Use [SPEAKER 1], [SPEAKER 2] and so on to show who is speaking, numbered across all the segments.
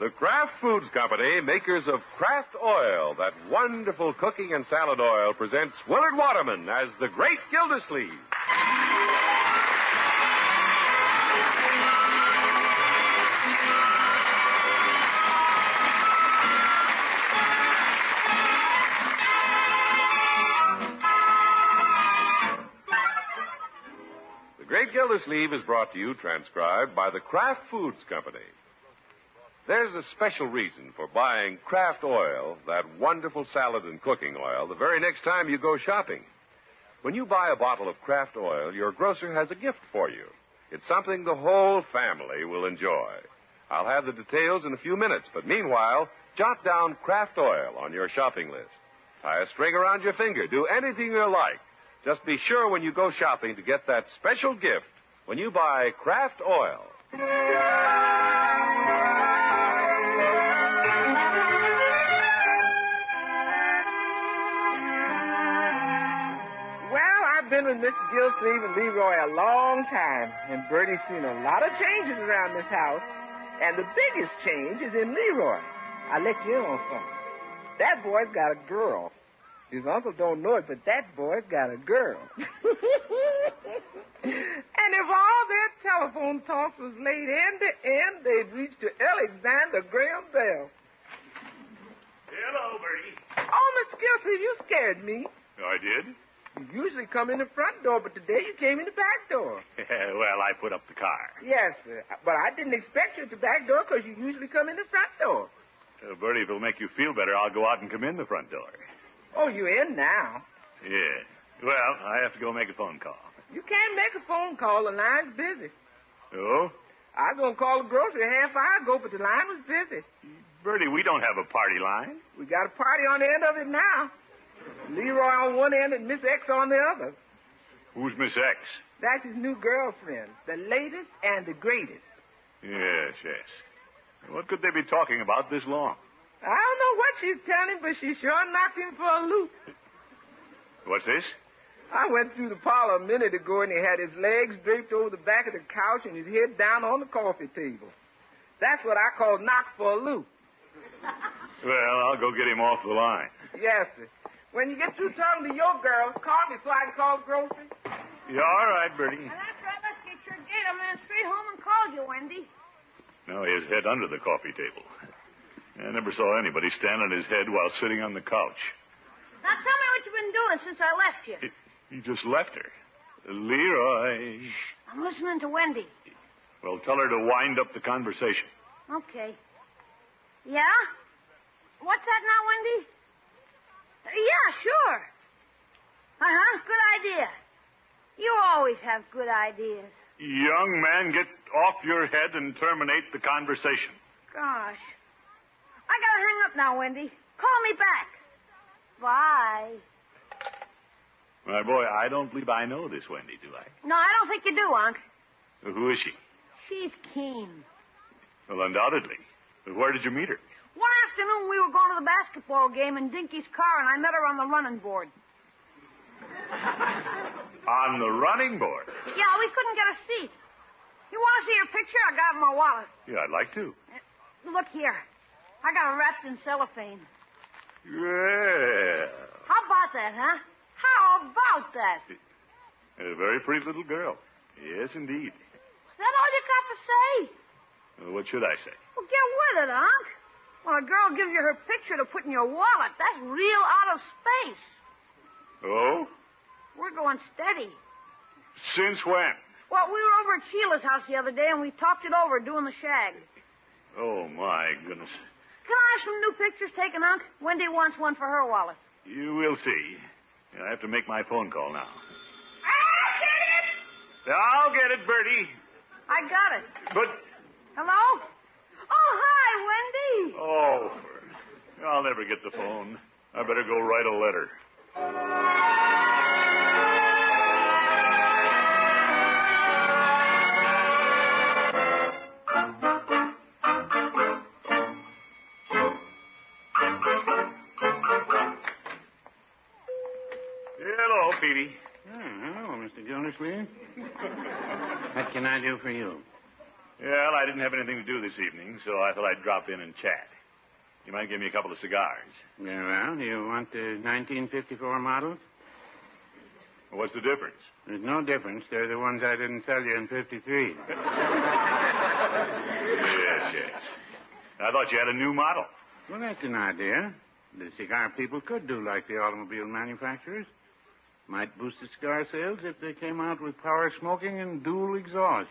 [SPEAKER 1] The Kraft Foods Company, makers of Kraft Oil, that wonderful cooking and salad oil, presents Willard Waterman as the Great Gildersleeve. The Great Gildersleeve is brought to you, transcribed, by the Kraft Foods Company. There's a special reason for buying Kraft Oil, that wonderful salad and cooking oil, the very next time you go shopping. When you buy a bottle of Kraft Oil, your grocer has a gift for you. It's something the whole family will enjoy. I'll have the details in a few minutes, but meanwhile, jot down Kraft Oil on your shopping list. Tie a string around your finger. Do anything you like. Just be sure when you go shopping to get that special gift when you buy Kraft Oil.
[SPEAKER 2] Well, I've been with Mr. Gilsleeve and Leroy a long time, and Bertie's seen a lot of changes around this house, and the biggest change is in Leroy. I let you in on something. That boy's got a girl. His uncle don't know it, but that boy's got a girl. and if all their telephone talks was laid end to end, they'd reach to Alexander Graham Bell.
[SPEAKER 3] Hello, Bertie.
[SPEAKER 2] Oh, Mr. Gilsleeve, you scared me.
[SPEAKER 3] Oh, I did?
[SPEAKER 2] You usually come in the front door, but today you came in the back door.
[SPEAKER 3] well, I put up the car.
[SPEAKER 2] Yes, sir. But I didn't expect you at the back door because you usually come in the front door.
[SPEAKER 3] Uh, Bertie, if it'll make you feel better, I'll go out and come in the front door.
[SPEAKER 2] Oh, you're in now.
[SPEAKER 3] Yeah. Well, I have to go make a phone call.
[SPEAKER 2] You can't make a phone call. The line's busy.
[SPEAKER 3] Oh?
[SPEAKER 2] I was going to call the grocery a half hour ago, but the line was busy.
[SPEAKER 3] Bertie, we don't have a party line.
[SPEAKER 2] We got a party on the end of it now. Leroy on one end and Miss X on the other.
[SPEAKER 3] Who's Miss X?
[SPEAKER 2] That's his new girlfriend, the latest and the greatest.
[SPEAKER 3] Yes, yes. What could they be talking about this long?
[SPEAKER 2] I don't know what she's telling, but she sure knocked him for a loop.
[SPEAKER 3] What's this?
[SPEAKER 2] I went through the parlor a minute ago and he had his legs draped over the back of the couch and his head down on the coffee table. That's what I call knock for a loop.
[SPEAKER 3] Well, I'll go get him off the line.
[SPEAKER 2] Yes, sir. When you get through talking to your girls, call me so I can call the grocery.
[SPEAKER 3] Yeah, all right, Bertie.
[SPEAKER 4] And after I left your sure gate, I ran straight home and called you, Wendy.
[SPEAKER 3] Now his head under the coffee table. I never saw anybody stand on his head while sitting on the couch.
[SPEAKER 4] Now tell me what you've been doing since I left you.
[SPEAKER 3] He, he just left her. Leroy.
[SPEAKER 4] I'm listening to Wendy.
[SPEAKER 3] Well, tell her to wind up the conversation.
[SPEAKER 4] Okay. Yeah? What's that now, Wendy? Uh, Yeah, sure. Uh huh. Good idea. You always have good ideas.
[SPEAKER 3] Young man, get off your head and terminate the conversation.
[SPEAKER 4] Gosh. I gotta hang up now, Wendy. Call me back. Bye.
[SPEAKER 3] My boy, I don't believe I know this Wendy, do I?
[SPEAKER 4] No, I don't think you do, Unc.
[SPEAKER 3] Who is she?
[SPEAKER 4] She's keen.
[SPEAKER 3] Well, undoubtedly. But Where did you meet her?
[SPEAKER 4] One afternoon, we were going to the basketball game in Dinky's car, and I met her on the running board.
[SPEAKER 3] On the running board.
[SPEAKER 4] Yeah, we couldn't get a seat. You want to see her picture? I got it in my wallet.
[SPEAKER 3] Yeah, I'd like to.
[SPEAKER 4] Look here. I got it wrapped in cellophane.
[SPEAKER 3] Yeah.
[SPEAKER 4] How about that, huh? How about that?
[SPEAKER 3] A very pretty little girl. Yes, indeed.
[SPEAKER 4] Is that all you got to say?
[SPEAKER 3] Well, What should I say?
[SPEAKER 4] Well, get with it, Unc. When a girl gives you her picture to put in your wallet, that's real out of space.
[SPEAKER 3] Oh?
[SPEAKER 4] We're going steady.
[SPEAKER 3] Since when?
[SPEAKER 4] Well, we were over at Sheila's house the other day, and we talked it over doing the shag.
[SPEAKER 3] Oh, my goodness.
[SPEAKER 4] Can I have some new pictures taken, Unc? Wendy wants one for her wallet.
[SPEAKER 3] You will see. I have to make my phone call now.
[SPEAKER 4] I'll get it!
[SPEAKER 3] I'll get it, Bertie.
[SPEAKER 4] I got it.
[SPEAKER 3] But,
[SPEAKER 4] Hello? Oh, hi, Wendy.
[SPEAKER 3] oh, I'll never get the phone. I better go write a letter. Hello, Petey.
[SPEAKER 5] Oh, hello, Mr. Gildersleeve. what can I do for you?
[SPEAKER 3] Uh, Well, I didn't have anything to do this evening, so I thought I'd drop in and chat. You might give me a couple of cigars.
[SPEAKER 5] Very well. You want the 1954 models?
[SPEAKER 3] What's the difference?
[SPEAKER 5] There's no difference. They're the ones I didn't sell you in 53.
[SPEAKER 3] yes, yes. I thought you had a new model.
[SPEAKER 5] Well, that's an idea. The cigar people could do like the automobile manufacturers. Might boost the cigar sales if they came out with power smoking and dual exhaust.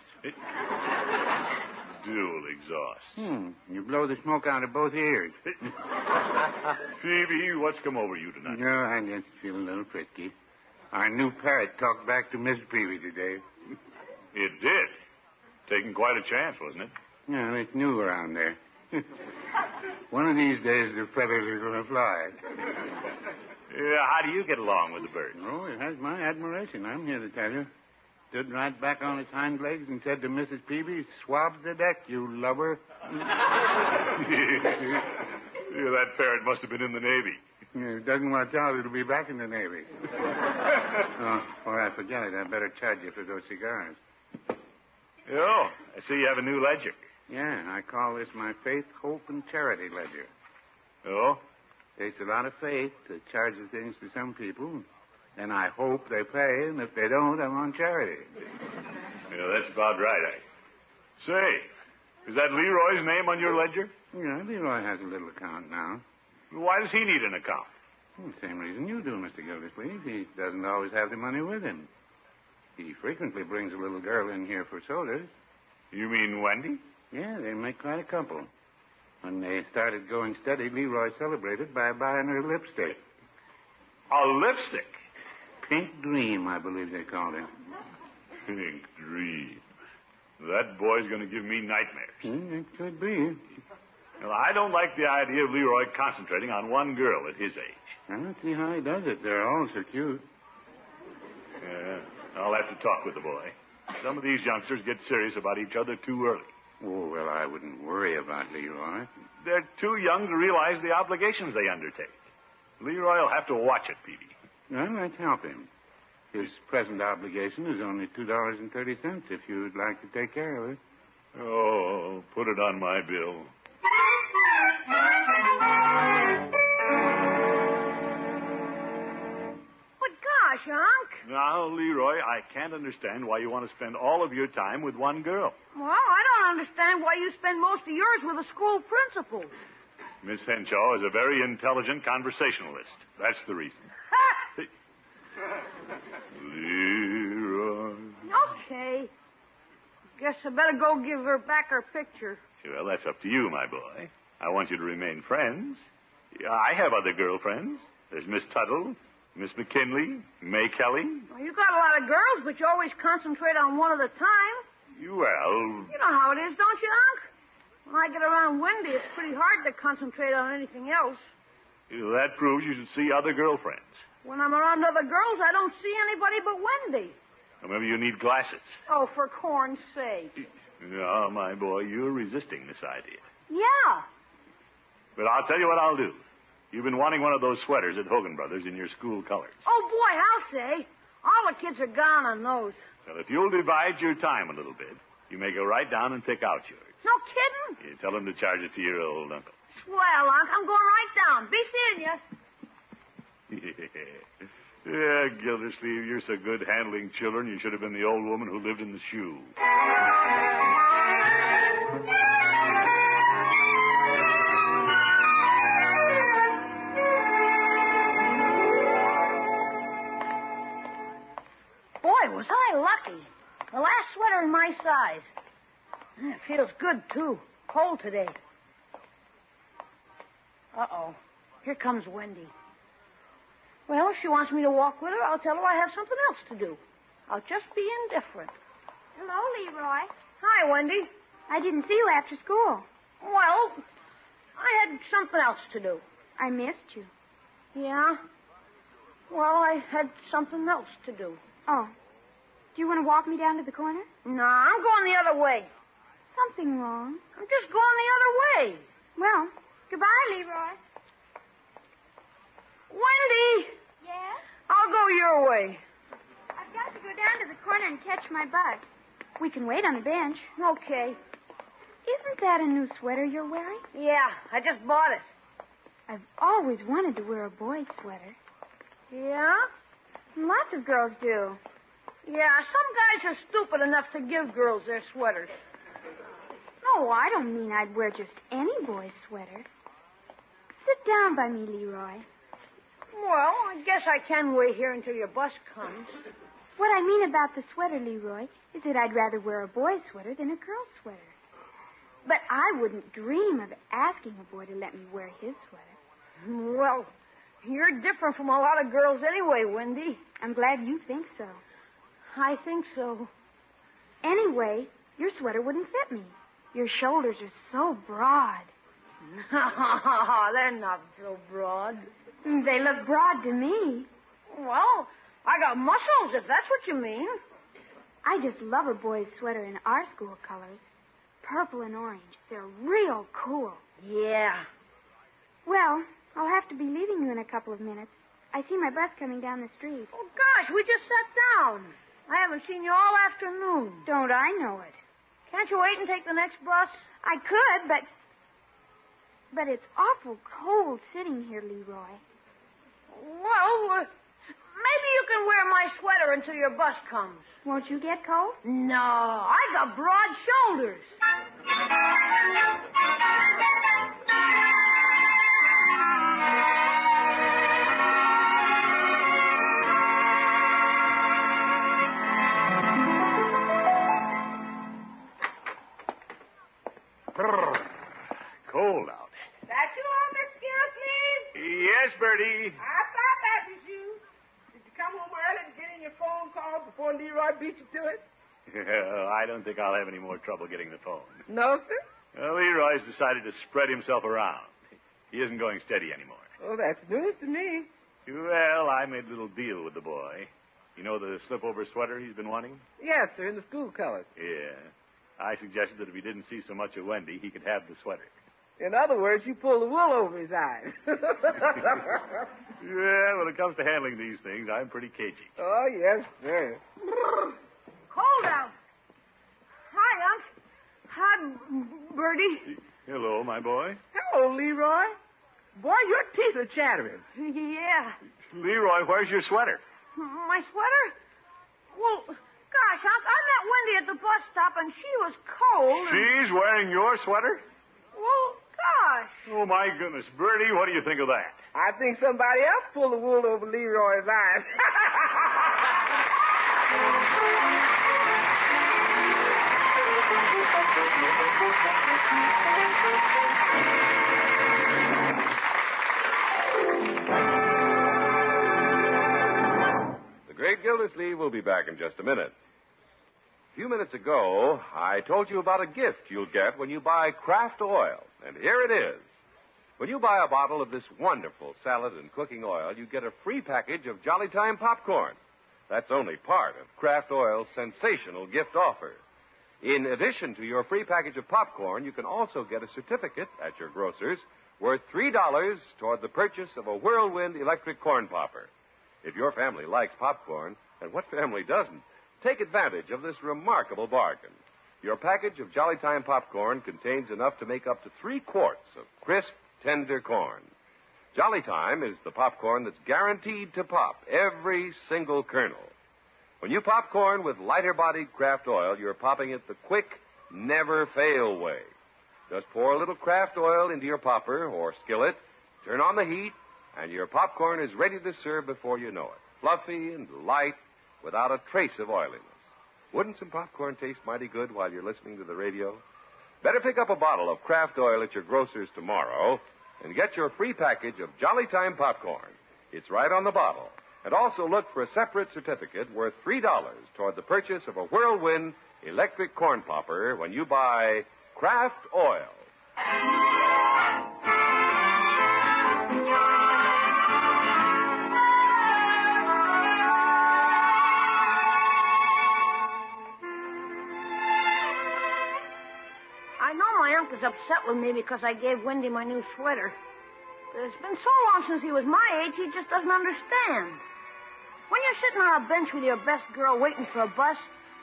[SPEAKER 3] Dual exhaust.
[SPEAKER 5] Hmm. You blow the smoke out of both ears.
[SPEAKER 3] Phoebe, what's come over you tonight?
[SPEAKER 5] No, I just feel a little frisky. Our new parrot talked back to Miss Peavy today.
[SPEAKER 3] It did. Taking quite a chance, wasn't it?
[SPEAKER 5] No, it's new around there. One of these days the feathers are going to fly.
[SPEAKER 3] Yeah, how do you get along with the bird?
[SPEAKER 5] Oh, it has my admiration. I'm here to tell you. Stood right back on its hind legs and said to Mrs. Peavy, swab the deck, you lubber.
[SPEAKER 3] Yeah, that parrot must have been in the Navy.
[SPEAKER 5] If it doesn't watch out, it'll be back in the Navy. oh, or I forget it. I better charge you for those cigars.
[SPEAKER 3] Oh, I see you have a new ledger.
[SPEAKER 5] Yeah, I call this my faith, hope, and charity ledger.
[SPEAKER 3] Oh?
[SPEAKER 5] Takes a lot of faith to charge the things to some people. Then I hope they pay, and if they don't, I'm on charity.
[SPEAKER 3] Yeah, that's about right, I. Say, is that Leroy's name on your ledger?
[SPEAKER 5] Yeah, Leroy has a little account now.
[SPEAKER 3] Why does he need an account?
[SPEAKER 5] Well, same reason you do, Mr. Gildersleeve. He doesn't always have the money with him. He frequently brings a little girl in here for sodas.
[SPEAKER 3] You mean Wendy?
[SPEAKER 5] Yeah, they make quite a couple. When they started going steady, Leroy celebrated by buying her lipstick.
[SPEAKER 3] A lipstick.
[SPEAKER 5] Pink Dream, I believe they called it.
[SPEAKER 3] Pink dream. That boy's going to give me nightmares.
[SPEAKER 5] Hmm, it could be.
[SPEAKER 3] Well, I don't like the idea of Leroy concentrating on one girl at his age.
[SPEAKER 5] I don't see how he does it. They're all so cute.
[SPEAKER 3] Yeah, I'll have to talk with the boy. Some of these youngsters get serious about each other too early.
[SPEAKER 5] Oh, well, I wouldn't worry about Leroy.
[SPEAKER 3] They're too young to realize the obligations they undertake. Leroy will have to watch it, Peavy.
[SPEAKER 5] Well, let's help him. His present obligation is only $2.30 if you'd like to take care of it.
[SPEAKER 3] Oh, put it on my bill.
[SPEAKER 4] But gosh, Unc.
[SPEAKER 3] Now, Leroy, I can't understand why you want to spend all of your time with one girl.
[SPEAKER 4] Well, I don't understand why you spend most of yours with a school principal.
[SPEAKER 3] Miss Henshaw is a very intelligent conversationalist. That's the reason. Leroy.
[SPEAKER 4] okay. Guess I better go give her back her picture.
[SPEAKER 3] Well, that's up to you, my boy. I want you to remain friends. I have other girlfriends. There's Miss Tuttle, Miss McKinley, May Kelly.
[SPEAKER 4] Well, you got a lot of girls, but you always concentrate on one at a time.
[SPEAKER 3] Well,
[SPEAKER 4] You know how it is, don't you, Unc? When I get around Wendy, it's pretty hard to concentrate on anything else.
[SPEAKER 3] that proves you should see other girlfriends.
[SPEAKER 4] When I'm around other girls, I don't see anybody but Wendy.
[SPEAKER 3] Now, Maybe you need glasses.
[SPEAKER 4] Oh, for corn's sake.
[SPEAKER 3] Ah, my boy, you're resisting this idea.
[SPEAKER 4] Yeah.
[SPEAKER 3] But I'll tell you what I'll do. You've been wanting one of those sweaters at Hogan Brothers in your school colors.
[SPEAKER 4] Oh, boy, I'll say. All the kids are gone on those.
[SPEAKER 3] Well, if you'll divide your time a little bit, you may go right down and pick out yours.
[SPEAKER 4] No kidding?
[SPEAKER 3] You tell him to charge it to your old uh, uncle.
[SPEAKER 4] Swell, Unc. I'm going right down. Be seeing you.
[SPEAKER 3] yeah, Gildersleeve, you're so good handling children, you should have been the old woman who lived in the shoe.
[SPEAKER 4] Boy, was I lucky. The last sweater in my size. And It feels good, too. Cold today. Uh oh. Here comes Wendy. Well, if she wants me to walk with her, I'll tell her I have something else to do. I'll just be indifferent.
[SPEAKER 6] Hello, Leroy.
[SPEAKER 4] Hi, Wendy.
[SPEAKER 6] I didn't see you after school.
[SPEAKER 4] Well, I had something else to do.
[SPEAKER 6] I missed you.
[SPEAKER 4] Yeah? Well, I had something else to do.
[SPEAKER 6] Oh. Do you want to walk me down to the corner?
[SPEAKER 4] No, I'm going the other way.
[SPEAKER 6] Something wrong.
[SPEAKER 4] I'm just going the other way.
[SPEAKER 6] Well, goodbye, Leroy.
[SPEAKER 4] Wendy,
[SPEAKER 6] Yes?
[SPEAKER 4] I'll go your way.
[SPEAKER 6] I've got to go down to the corner and catch my bus. We can wait on the bench.
[SPEAKER 4] Okay.
[SPEAKER 6] Isn't that a new sweater you're wearing?
[SPEAKER 4] Yeah, I just bought it.
[SPEAKER 6] I've always wanted to wear a boy's sweater.
[SPEAKER 4] Yeah?
[SPEAKER 6] Lots of girls do.
[SPEAKER 4] Yeah, some guys are stupid enough to give girls their sweaters.
[SPEAKER 6] No, I don't mean I'd wear just any boy's sweater. Sit down by me, Leroy.
[SPEAKER 4] Well, I guess I can wait here until your bus comes.
[SPEAKER 6] What I mean about the sweater, Leroy, is that I'd rather wear a boy's sweater than a girl's sweater. But I wouldn't dream of asking a boy to let me wear his sweater.
[SPEAKER 4] Well, you're different from a lot of girls anyway, Wendy.
[SPEAKER 6] I'm glad you think so.
[SPEAKER 4] I think so.
[SPEAKER 6] Anyway, your sweater wouldn't fit me. Your shoulders are so broad.
[SPEAKER 4] No, they're not so broad.
[SPEAKER 6] They look broad to me.
[SPEAKER 4] Well, I got muscles, if that's what you mean.
[SPEAKER 6] I just love a boy's sweater in our school colors purple and orange. They're real cool.
[SPEAKER 4] Yeah.
[SPEAKER 6] Well, I'll have to be leaving you in a couple of minutes. I see my bus coming down the street.
[SPEAKER 4] Oh, gosh, we just sat down. I haven't seen you all afternoon.
[SPEAKER 6] Don't I know it?
[SPEAKER 4] Can't you wait and take the next bus?
[SPEAKER 6] I could, but. But it's awful cold sitting here, Leroy.
[SPEAKER 4] Well, uh, maybe you can wear my sweater until your bus comes.
[SPEAKER 6] Won't you get cold?
[SPEAKER 4] No, I got broad shoulders.
[SPEAKER 3] Cold out.
[SPEAKER 2] That you all, Miss Gillsleeve?
[SPEAKER 3] Yes, Bertie.
[SPEAKER 2] I thought that was you. Did you come home early and get in your phone call before Leroy beat you to it?
[SPEAKER 3] I don't think I'll have any more trouble getting the phone.
[SPEAKER 2] No, sir.
[SPEAKER 3] Well, Leroy's decided to spread himself around. He isn't going steady anymore.
[SPEAKER 2] Oh, that's news to me.
[SPEAKER 3] Well, I made a little deal with the boy. You know the slip-over sweater he's been wanting?
[SPEAKER 2] Yes, sir, in the school colors.
[SPEAKER 3] Yeah. I suggested that if he didn't see so much of Wendy, he could have the sweater.
[SPEAKER 2] In other words, you pull the wool over his eyes.
[SPEAKER 3] Yeah, when it comes to handling these things, I'm pretty cagey.
[SPEAKER 2] oh, yes, sir.
[SPEAKER 4] Cold out. Hi, Unc. Hi, Bertie.
[SPEAKER 3] Hello, my boy.
[SPEAKER 2] Hello, Leroy. Boy, your teeth are chattering.
[SPEAKER 4] Yeah.
[SPEAKER 3] Leroy, where's your sweater?
[SPEAKER 4] My sweater? Well, gosh, Unc, I met Wendy at the bus stop and she was cold. and-
[SPEAKER 3] She's wearing your sweater?
[SPEAKER 4] Well, gosh.
[SPEAKER 3] Oh, my goodness. Bertie, what do you think of that?
[SPEAKER 2] I think somebody else pulled the wool over Leroy's eyes.
[SPEAKER 1] The great Gildersleeve will be back in just a minute. A few minutes ago, I told you about a gift you'll get when you buy Kraft Oil, and here it is. When you buy a bottle of this wonderful salad and cooking oil, you get a free package of Jolly Time popcorn. That's only part of Kraft Oil's sensational gift offer. In addition to your free package of popcorn, you can also get a certificate at your grocer's worth $3 toward the purchase of a Whirlwind electric corn popper. If your family likes popcorn, and what family doesn't, take advantage of this remarkable bargain. Your package of Jolly Time popcorn contains enough to make up to three quarts of crisp, tender corn. Jolly Time is the popcorn that's guaranteed to pop every single kernel. When you pop corn with lighter bodied Kraft oil, you're popping it the quick, never fail way. Just pour a little Kraft oil into your popper or skillet, turn on the heat, and your popcorn is ready to serve before you know it. Fluffy and light, without a trace of oiliness. Wouldn't some popcorn taste mighty good while you're listening to the radio? Better pick up a bottle of Kraft Oil at your grocer's tomorrow and get your free package of Jolly Time popcorn. It's right on the bottle. And also look for a separate certificate worth $3 toward the purchase of a Whirlwind electric corn popper when you buy Kraft Oil.
[SPEAKER 4] I know my uncle's upset with me because I gave Wendy my new sweater. But it's been so long since he was my age, he just doesn't understand. When you're sitting on a bench with your best girl waiting for a bus,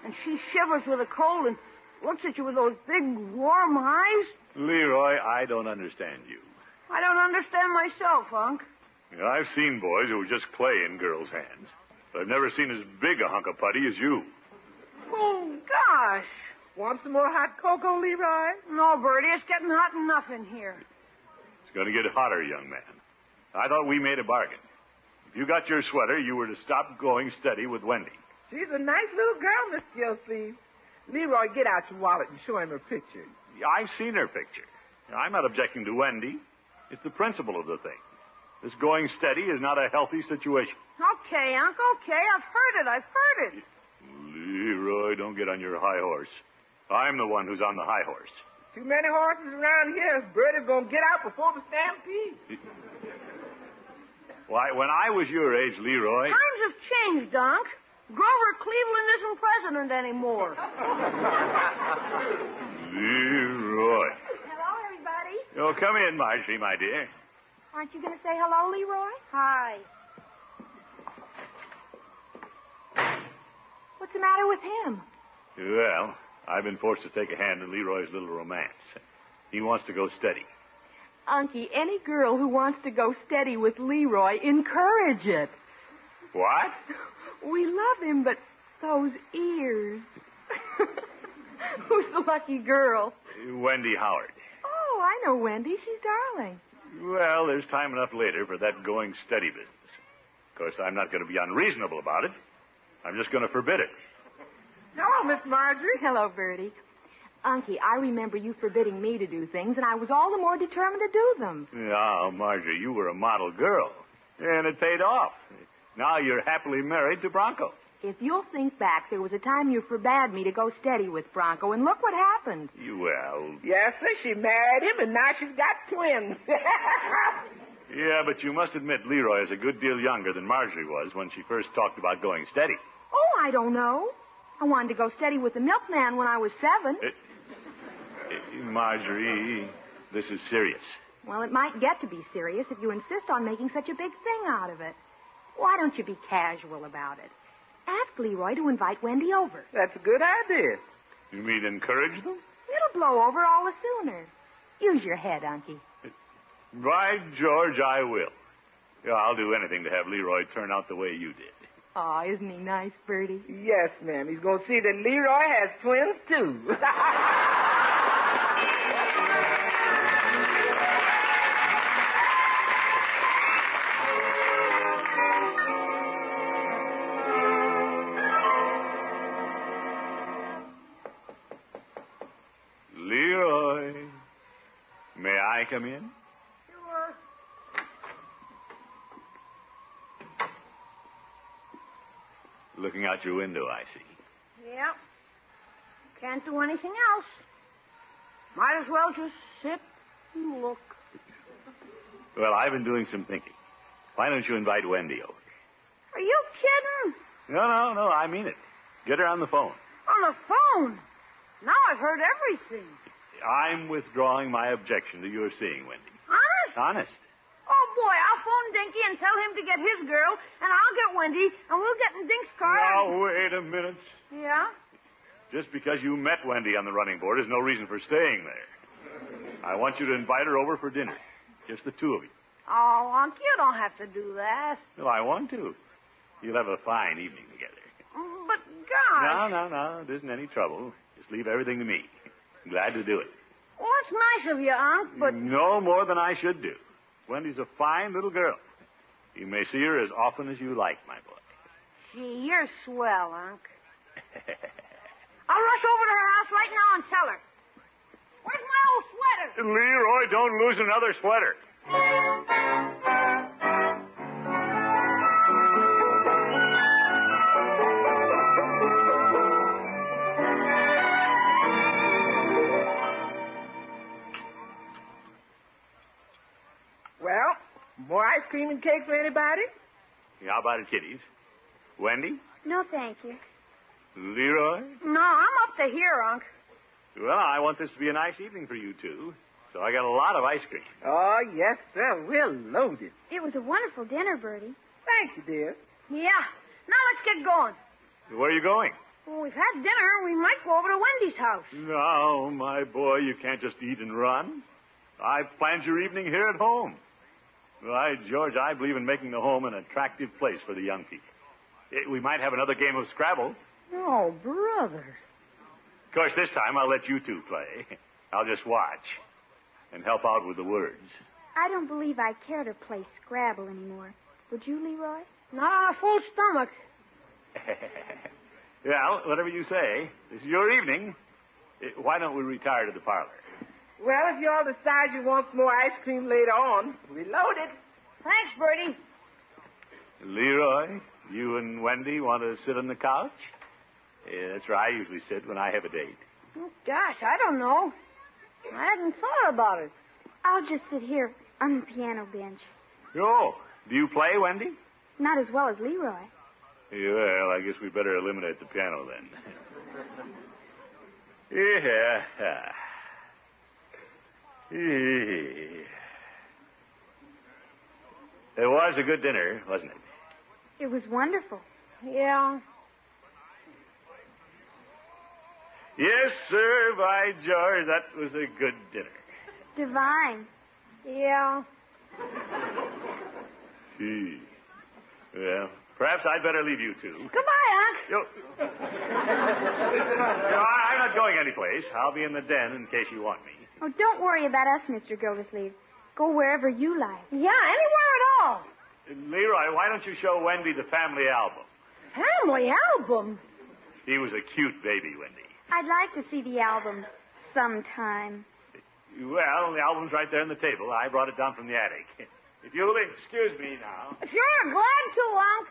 [SPEAKER 4] and she shivers with a cold, and looks at you with those big, warm eyes.
[SPEAKER 3] Leroy, I don't understand you.
[SPEAKER 4] I don't understand myself, Unc.
[SPEAKER 3] You know, I've seen boys who just play in girls' hands, but I've never seen as big a hunk of putty as you.
[SPEAKER 4] Oh, gosh.
[SPEAKER 2] Want some more hot cocoa, Leroy?
[SPEAKER 4] No, Bertie, it's getting hot enough in here.
[SPEAKER 3] It's going to get hotter, young man. I thought we made a bargain. If you got your sweater, you were to stop going steady with Wendy.
[SPEAKER 2] She's a nice little girl, Miss Gilsleeve. Leroy, get out your wallet and show him her picture.
[SPEAKER 3] I've seen her picture. Now, I'm not objecting to Wendy. It's the principle of the thing. This going steady is not a healthy situation.
[SPEAKER 4] Okay, Unc, okay. I've heard it. I've heard it.
[SPEAKER 3] Leroy, don't get on your high horse. I'm the one who's on the high horse.
[SPEAKER 2] Too many horses around here. Bertie's gonna get out before the stampede.
[SPEAKER 3] Why, when I was your age, Leroy,
[SPEAKER 4] Times have changed, Unc. Grover Cleveland isn't president anymore.
[SPEAKER 3] Leroy.
[SPEAKER 6] Hello, everybody.
[SPEAKER 3] Oh, come in, Marjorie, my dear.
[SPEAKER 6] Aren't you going to say hello, Leroy?
[SPEAKER 4] Hi.
[SPEAKER 6] What's the matter with him?
[SPEAKER 3] Well, I've been forced to take a hand in Leroy's little romance. He wants to go steady.
[SPEAKER 7] Unky, any girl who wants to go steady with Leroy, encourage it.
[SPEAKER 3] What?
[SPEAKER 7] We love him, but those ears. Who's the lucky girl?
[SPEAKER 3] Wendy Howard.
[SPEAKER 7] Oh, I know Wendy. She's darling.
[SPEAKER 3] Well, there's time enough later for that going steady business. Of course, I'm not going to be unreasonable about it. I'm just going to forbid it.
[SPEAKER 2] Hello, Miss Marjorie.
[SPEAKER 7] Hello, Bertie. Unky, I remember you forbidding me to do things, and I was all the more determined to do them.
[SPEAKER 3] Ah, Marjorie, you were a model girl, and it paid off. Now you're happily married to Bronco.
[SPEAKER 7] If you'll think back, there was a time you forbade me to go steady with Bronco, and look what happened.
[SPEAKER 3] You, well,
[SPEAKER 2] Yes, sir. She married him, and now she's got twins.
[SPEAKER 3] yeah, but you must admit Leroy is a good deal younger than Marjorie was when she first talked about going steady.
[SPEAKER 7] Oh, I don't know. I wanted to go steady with the milkman when I was seven.
[SPEAKER 3] Eh, Marjorie, this is serious.
[SPEAKER 7] Well, it might get to be serious if you insist on making such a big thing out of it. Why don't you be casual about it? Ask Leroy to invite Wendy over.
[SPEAKER 2] That's a good idea.
[SPEAKER 3] You mean encourage them?
[SPEAKER 7] It'll blow over all the sooner. Use your head, Unky.
[SPEAKER 3] By George, I will. Yeah, I'll do anything to have Leroy turn out the way you did.
[SPEAKER 7] Aw, isn't he nice, Bertie?
[SPEAKER 2] Yes, ma'am. He's gonna see that Leroy has twins too.
[SPEAKER 3] Leroy, may I come in?
[SPEAKER 4] Sure.
[SPEAKER 3] Looking out your window, I see.
[SPEAKER 4] Yep. Can't do anything else. Might as well just sit and look.
[SPEAKER 3] Well, I've been doing some thinking. Why don't you invite Wendy over?
[SPEAKER 4] Are you kidding?
[SPEAKER 3] No, no, no, I mean it. Get her on the phone.
[SPEAKER 4] On the phone. Now I've heard everything.
[SPEAKER 3] I'm withdrawing my objection to your seeing Wendy.
[SPEAKER 4] Honest?
[SPEAKER 3] Honest.
[SPEAKER 4] Oh, boy, I'll phone Dinky and tell him to get his girl, and I'll get Wendy, and we'll get in Dink's car. and-
[SPEAKER 3] Now, wait a minute.
[SPEAKER 4] Yeah?
[SPEAKER 3] Just because you met Wendy on the running board is no reason for staying there. I want you to invite her over for dinner. Just the two of you.
[SPEAKER 4] Oh, Unc, you don't have to do that.
[SPEAKER 3] Well, I want to. You'll have a fine evening together.
[SPEAKER 4] But, gosh.
[SPEAKER 3] No, no, no. It isn't any trouble. Just leave everything to me. Glad to do it.
[SPEAKER 4] Well, that's nice of you, Unc, but
[SPEAKER 3] no more than I should do. Wendy's a fine little girl. You may see her as often as you like, my boy.
[SPEAKER 4] gee, you're swell, Unc. I'll rush over to her house right now and tell her. Where's my old sweater?
[SPEAKER 3] Leroy, don't lose another sweater.
[SPEAKER 2] well, more ice cream and cake for anybody?
[SPEAKER 3] How about it, kiddies? Wendy?
[SPEAKER 6] No, thank you.
[SPEAKER 3] Leroy?
[SPEAKER 4] No, I'm up to here, Unc.
[SPEAKER 3] Well, I want this to be a nice evening for you two. So I got a lot of ice cream.
[SPEAKER 2] Oh, yes, sir. We're loaded.
[SPEAKER 6] It was a wonderful dinner, Bertie.
[SPEAKER 2] Thank you, dear.
[SPEAKER 4] Yeah. Now let's get going.
[SPEAKER 3] Where are you going?
[SPEAKER 4] Well, we've had dinner. We might go over to Wendy's house.
[SPEAKER 3] No, my boy, you can't just eat and run. I've planned your evening here at home. Why, George, I believe in making the home an attractive place for the young people. Eh, we might have another game of Scrabble.
[SPEAKER 7] Oh, brother.
[SPEAKER 3] Of course, this time I'll let you two play. I'll just watch and help out with the words.
[SPEAKER 6] I don't believe I care to play Scrabble anymore. Would you, Leroy?
[SPEAKER 4] Not on a full stomach.
[SPEAKER 3] well, whatever you say, this is your evening. Eh, Why don't we retire to the parlor?
[SPEAKER 2] Well, if y'all decide you want some more ice cream later on, reload it.
[SPEAKER 4] Thanks, Bertie.
[SPEAKER 3] Leroy, you and Wendy want to sit on the couch? Yeah, that's where I usually sit when I have a date.
[SPEAKER 4] Oh, gosh, I don't know. I hadn't thought about it.
[SPEAKER 6] I'll just sit here on the piano bench.
[SPEAKER 3] Oh, do you play, Wendy?
[SPEAKER 6] Not as well as Leroy.
[SPEAKER 3] Yeah, well, I guess we better eliminate the piano then. yeah. It was a good dinner, wasn't it?
[SPEAKER 6] It was wonderful.
[SPEAKER 4] Yeah.
[SPEAKER 3] Yes, sir, by George, that was a good dinner.
[SPEAKER 6] Divine.
[SPEAKER 4] Yeah.
[SPEAKER 3] Gee. Well, perhaps I'd better leave you two.
[SPEAKER 4] Goodbye, Unc.
[SPEAKER 3] You... no, I- I'm not going anyplace. I'll be in the den in case you want me.
[SPEAKER 6] Oh, don't worry about us, Mr. Gildersleeve. Go wherever you like.
[SPEAKER 4] Yeah, anywhere at all.
[SPEAKER 3] Leroy, why don't you show Wendy the family album?
[SPEAKER 4] Family album.
[SPEAKER 3] He was a cute baby, Wendy.
[SPEAKER 6] I'd like to see the album sometime.
[SPEAKER 3] Well, the album's right there on the table. I brought it down from the attic. If you'll excuse me now.
[SPEAKER 4] Sure, glad to, Unc.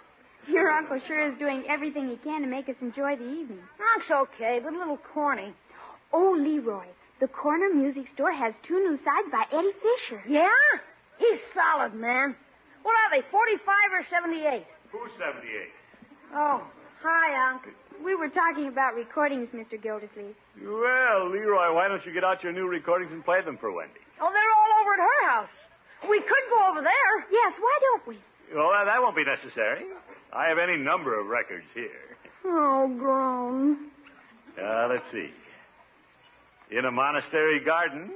[SPEAKER 6] Your uncle sure is doing everything he can to make us enjoy the evening.
[SPEAKER 4] Unc's okay, but a little corny.
[SPEAKER 6] Oh, Leroy, the corner music store has two new sides by Eddie Fisher.
[SPEAKER 4] Yeah? He's solid, man. What are they, 45 or 78?
[SPEAKER 3] Who's 78?
[SPEAKER 4] Oh, hi, Unc.
[SPEAKER 6] We were talking about recordings, Mr. Gildersleeve.
[SPEAKER 3] Well, Leroy, why don't you get out your new recordings and play them for Wendy?
[SPEAKER 4] Oh, they're all over at her house. We could go over there.
[SPEAKER 6] Yes, why don't we?
[SPEAKER 3] Well, that, that won't be necessary. I have any number of records here.
[SPEAKER 6] Oh, grown.
[SPEAKER 3] Uh, let's see. In a monastery garden.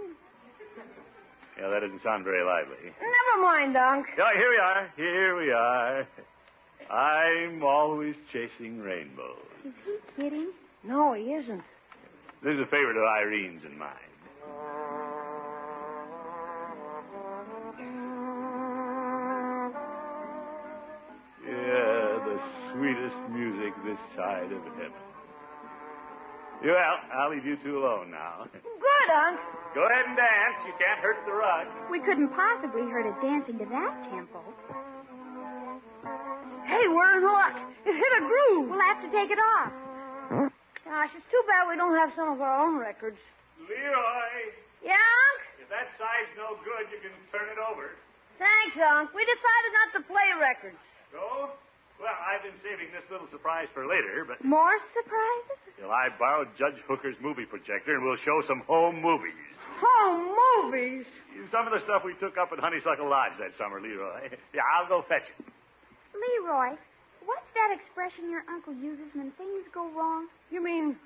[SPEAKER 3] Yeah, that doesn't sound very lively.
[SPEAKER 4] Never mind, Unc.
[SPEAKER 3] Oh, here we are. Here we are. I'm always chasing rainbows.
[SPEAKER 6] Is he kidding?
[SPEAKER 4] No, he isn't.
[SPEAKER 3] This is a favorite of Irene's and mine. Yeah, the sweetest music this side of heaven. Well, I'll leave you two alone now.
[SPEAKER 4] Good, Unc.
[SPEAKER 3] Go ahead and dance. You can't hurt the rug.
[SPEAKER 6] We couldn't possibly hurt a dancing to that tempo.
[SPEAKER 4] Hey, we're in luck. It hit a groove.
[SPEAKER 6] We'll have to take it off.
[SPEAKER 4] Gosh, it's too bad we don't have some of our own records.
[SPEAKER 3] Leroy,
[SPEAKER 4] Yeah, Unc?
[SPEAKER 3] if that side's no good, you can turn it over.
[SPEAKER 4] Thanks, Unc. We decided not to play records.
[SPEAKER 3] So? Well, I've been saving this little surprise for later, but
[SPEAKER 6] More surprises?
[SPEAKER 3] Well, I borrowed Judge Hooker's movie projector, and we'll show some home movies.
[SPEAKER 4] Oh, movies.
[SPEAKER 3] Some of the stuff we took up at Honeysuckle Lodge that summer, Leroy. Yeah, I'll go fetch it.
[SPEAKER 6] Leroy, what's that expression your uncle uses when things go wrong?
[SPEAKER 4] You mean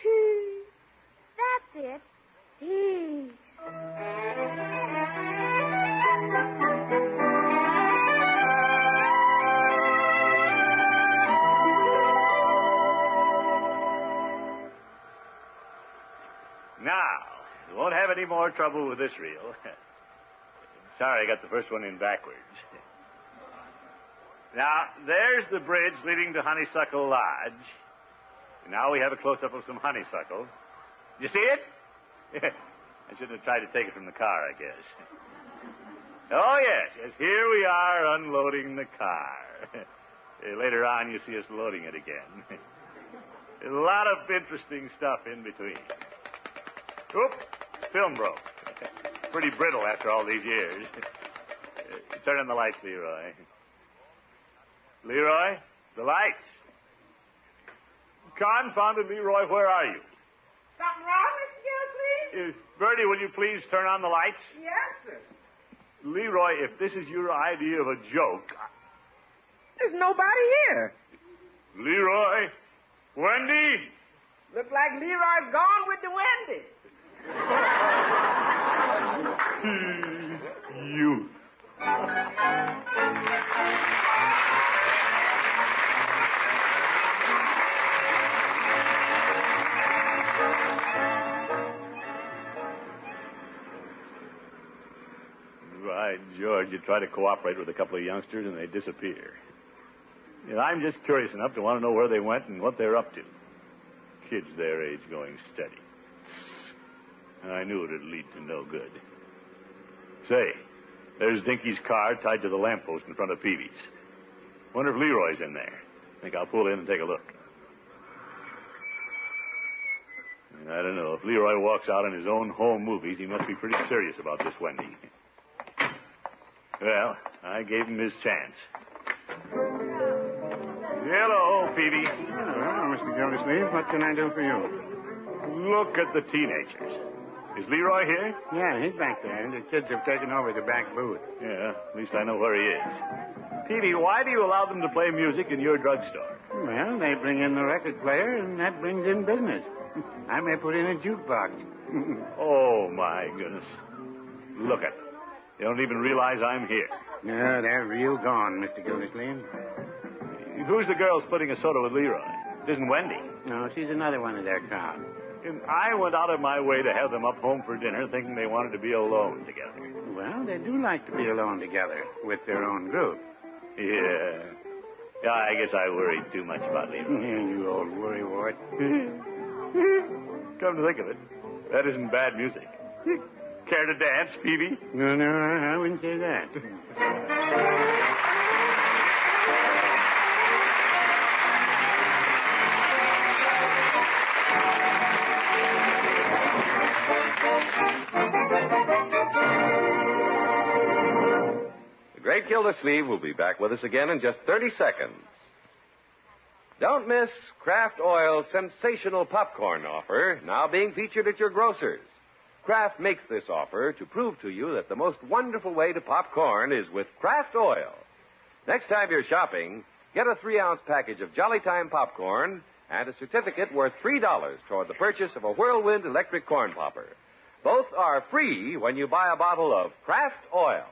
[SPEAKER 6] He. That's it. He.
[SPEAKER 3] Now, you won't have any more trouble with this reel. Sorry, I got the first one in backwards. Now, there's the bridge leading to Honeysuckle Lodge. Now we have a close up of some honeysuckle. You see it? I shouldn't have tried to take it from the car, I guess. Oh, yes, yes, here we are unloading the car. Eh, Later on, you see us loading it again. a lot of interesting stuff in between. Oop, film broke. Pretty brittle after all these years. Uh, Turn on the lights, Leroy. Leroy, the lights. Confounded Leroy, where are you?
[SPEAKER 2] Something wrong, Mr. Gildersleeve?
[SPEAKER 3] Uh, Bertie, will you please turn on the lights?
[SPEAKER 2] Yes, sir.
[SPEAKER 3] Leroy, if this is your idea of a joke,
[SPEAKER 2] There's nobody here.
[SPEAKER 3] Leroy, Wendy!
[SPEAKER 2] Look like Leroy's gone with the Wendy.
[SPEAKER 3] You. By George, you try to cooperate with a couple of youngsters and they disappear. And I'm just curious enough to want to know where they went and what they're up to. Kids their age going steady. And I knew it'd lead to no good. Say, there's Dinky's car tied to the lamppost in front of Peavy's. Wonder if Leroy's in there. Think I'll pull in and take a look. I don't know. If Leroy walks out in his own home movies, he must be pretty serious about this Wendy. Well, I gave him his chance. Hello, Peavy.
[SPEAKER 5] Well, Mr. Gildersleeve, what can I do for you?
[SPEAKER 3] Look at the teenagers. Is Leroy here?
[SPEAKER 5] Yeah, he's back there. The kids have taken over the back booth.
[SPEAKER 3] Yeah, at least I know where he is. Peavy, why do you allow them to play music in your drugstore?
[SPEAKER 5] Well, they bring in the record player, and that brings in business. I may put in a jukebox.
[SPEAKER 3] Oh, my goodness. Look at them. They don't even realize I'm here.
[SPEAKER 5] no, they're real gone, Mr. Gildersleeve.
[SPEAKER 3] Who's the girl splitting a soda with Leroy? It isn't Wendy.
[SPEAKER 5] No, she's another one of their crowd.
[SPEAKER 3] And I went out of my way to have them up home for dinner thinking they wanted to be alone together.
[SPEAKER 5] Well, they do like to be alone together with their own group.
[SPEAKER 3] Yeah. Yeah, I guess I worried too much about Leroy.
[SPEAKER 5] you old worrywart.
[SPEAKER 3] Come to think of it, that isn't bad music. Care to dance, Peavy?
[SPEAKER 5] No, no, I I wouldn't say that.
[SPEAKER 1] The great Gildersleeve will be back with us again in just 30 seconds. Don't miss Kraft Oil's sensational popcorn offer, now being featured at your grocer's. Kraft makes this offer to prove to you that the most wonderful way to popcorn is with Kraft Oil. Next time you're shopping, get a three ounce package of Jolly Time popcorn and a certificate worth $3 toward the purchase of a Whirlwind electric corn popper. Both are free when you buy a bottle of Kraft Oil.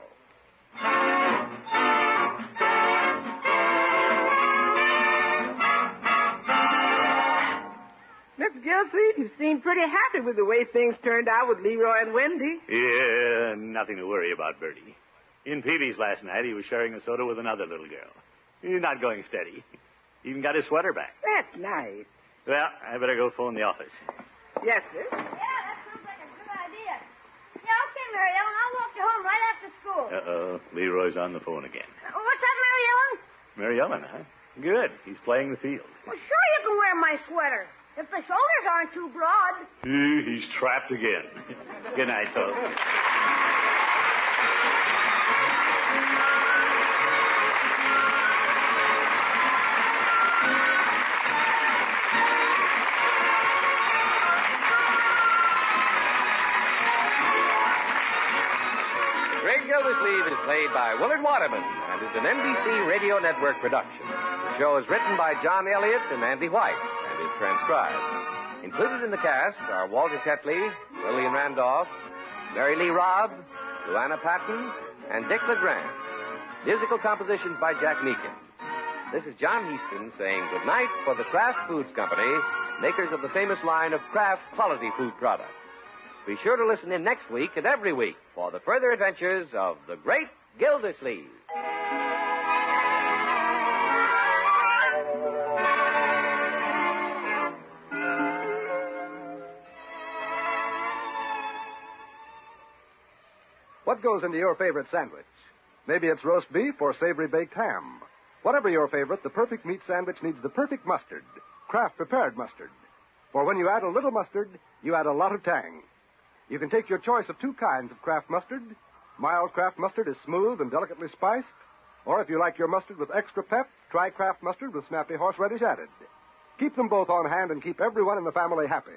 [SPEAKER 2] Mr. Gilsleeve, you seem pretty happy with the way things turned out with Leroy and Wendy.
[SPEAKER 3] Yeah, nothing to worry about, Bertie. In Peavy's last night, he was sharing a soda with another little girl. He's not going steady. Even got his sweater back.
[SPEAKER 2] That's nice.
[SPEAKER 3] Well, I better go phone the office.
[SPEAKER 2] Yes, sir.
[SPEAKER 4] Yeah, that sounds like a good idea. Yeah, okay, Mary Ellen. I'll walk you home right after school.
[SPEAKER 3] Uh-oh, Leroy's on the phone again.
[SPEAKER 4] Uh, What's that, Mary Ellen?
[SPEAKER 3] Mary Ellen, huh? Good. He's playing the field.
[SPEAKER 4] Well, sure you can wear my sweater. If the shoulders aren't too broad.
[SPEAKER 3] He- He's trapped again. Good night, folks.
[SPEAKER 1] Greg Gildersleeve is played by Willard Waterman and is an NBC Radio Network production. The show is written by John Elliott and Andy White and is transcribed. Included in the cast are Walter Tetley, Lillian Randolph, Mary Lee Robb, Luanna Patton, and Dick LeGrand. Musical compositions by Jack Meekin. This is John Heaston saying good night for the Kraft Foods Company, makers of the famous line of Kraft quality food products. Be sure to listen in next week and every week for the further adventures of the great Gildersleeve.
[SPEAKER 8] What goes into your favorite sandwich? Maybe it's roast beef or savory baked ham. Whatever your favorite, the perfect meat sandwich needs the perfect mustard. Kraft prepared mustard. For when you add a little mustard, you add a lot of tang. You can take your choice of two kinds of Kraft mustard. Mild Kraft mustard is smooth and delicately spiced. Or if you like your mustard with extra pep, try Kraft mustard with snappy horseradish added. Keep them both on hand and keep everyone in the family happy.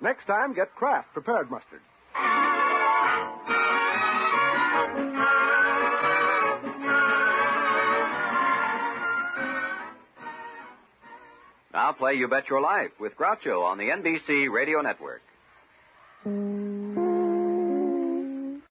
[SPEAKER 8] Next time, get Kraft prepared mustard.
[SPEAKER 1] Now play You Bet Your Life with Groucho on the NBC Radio Network.
[SPEAKER 9] Mm.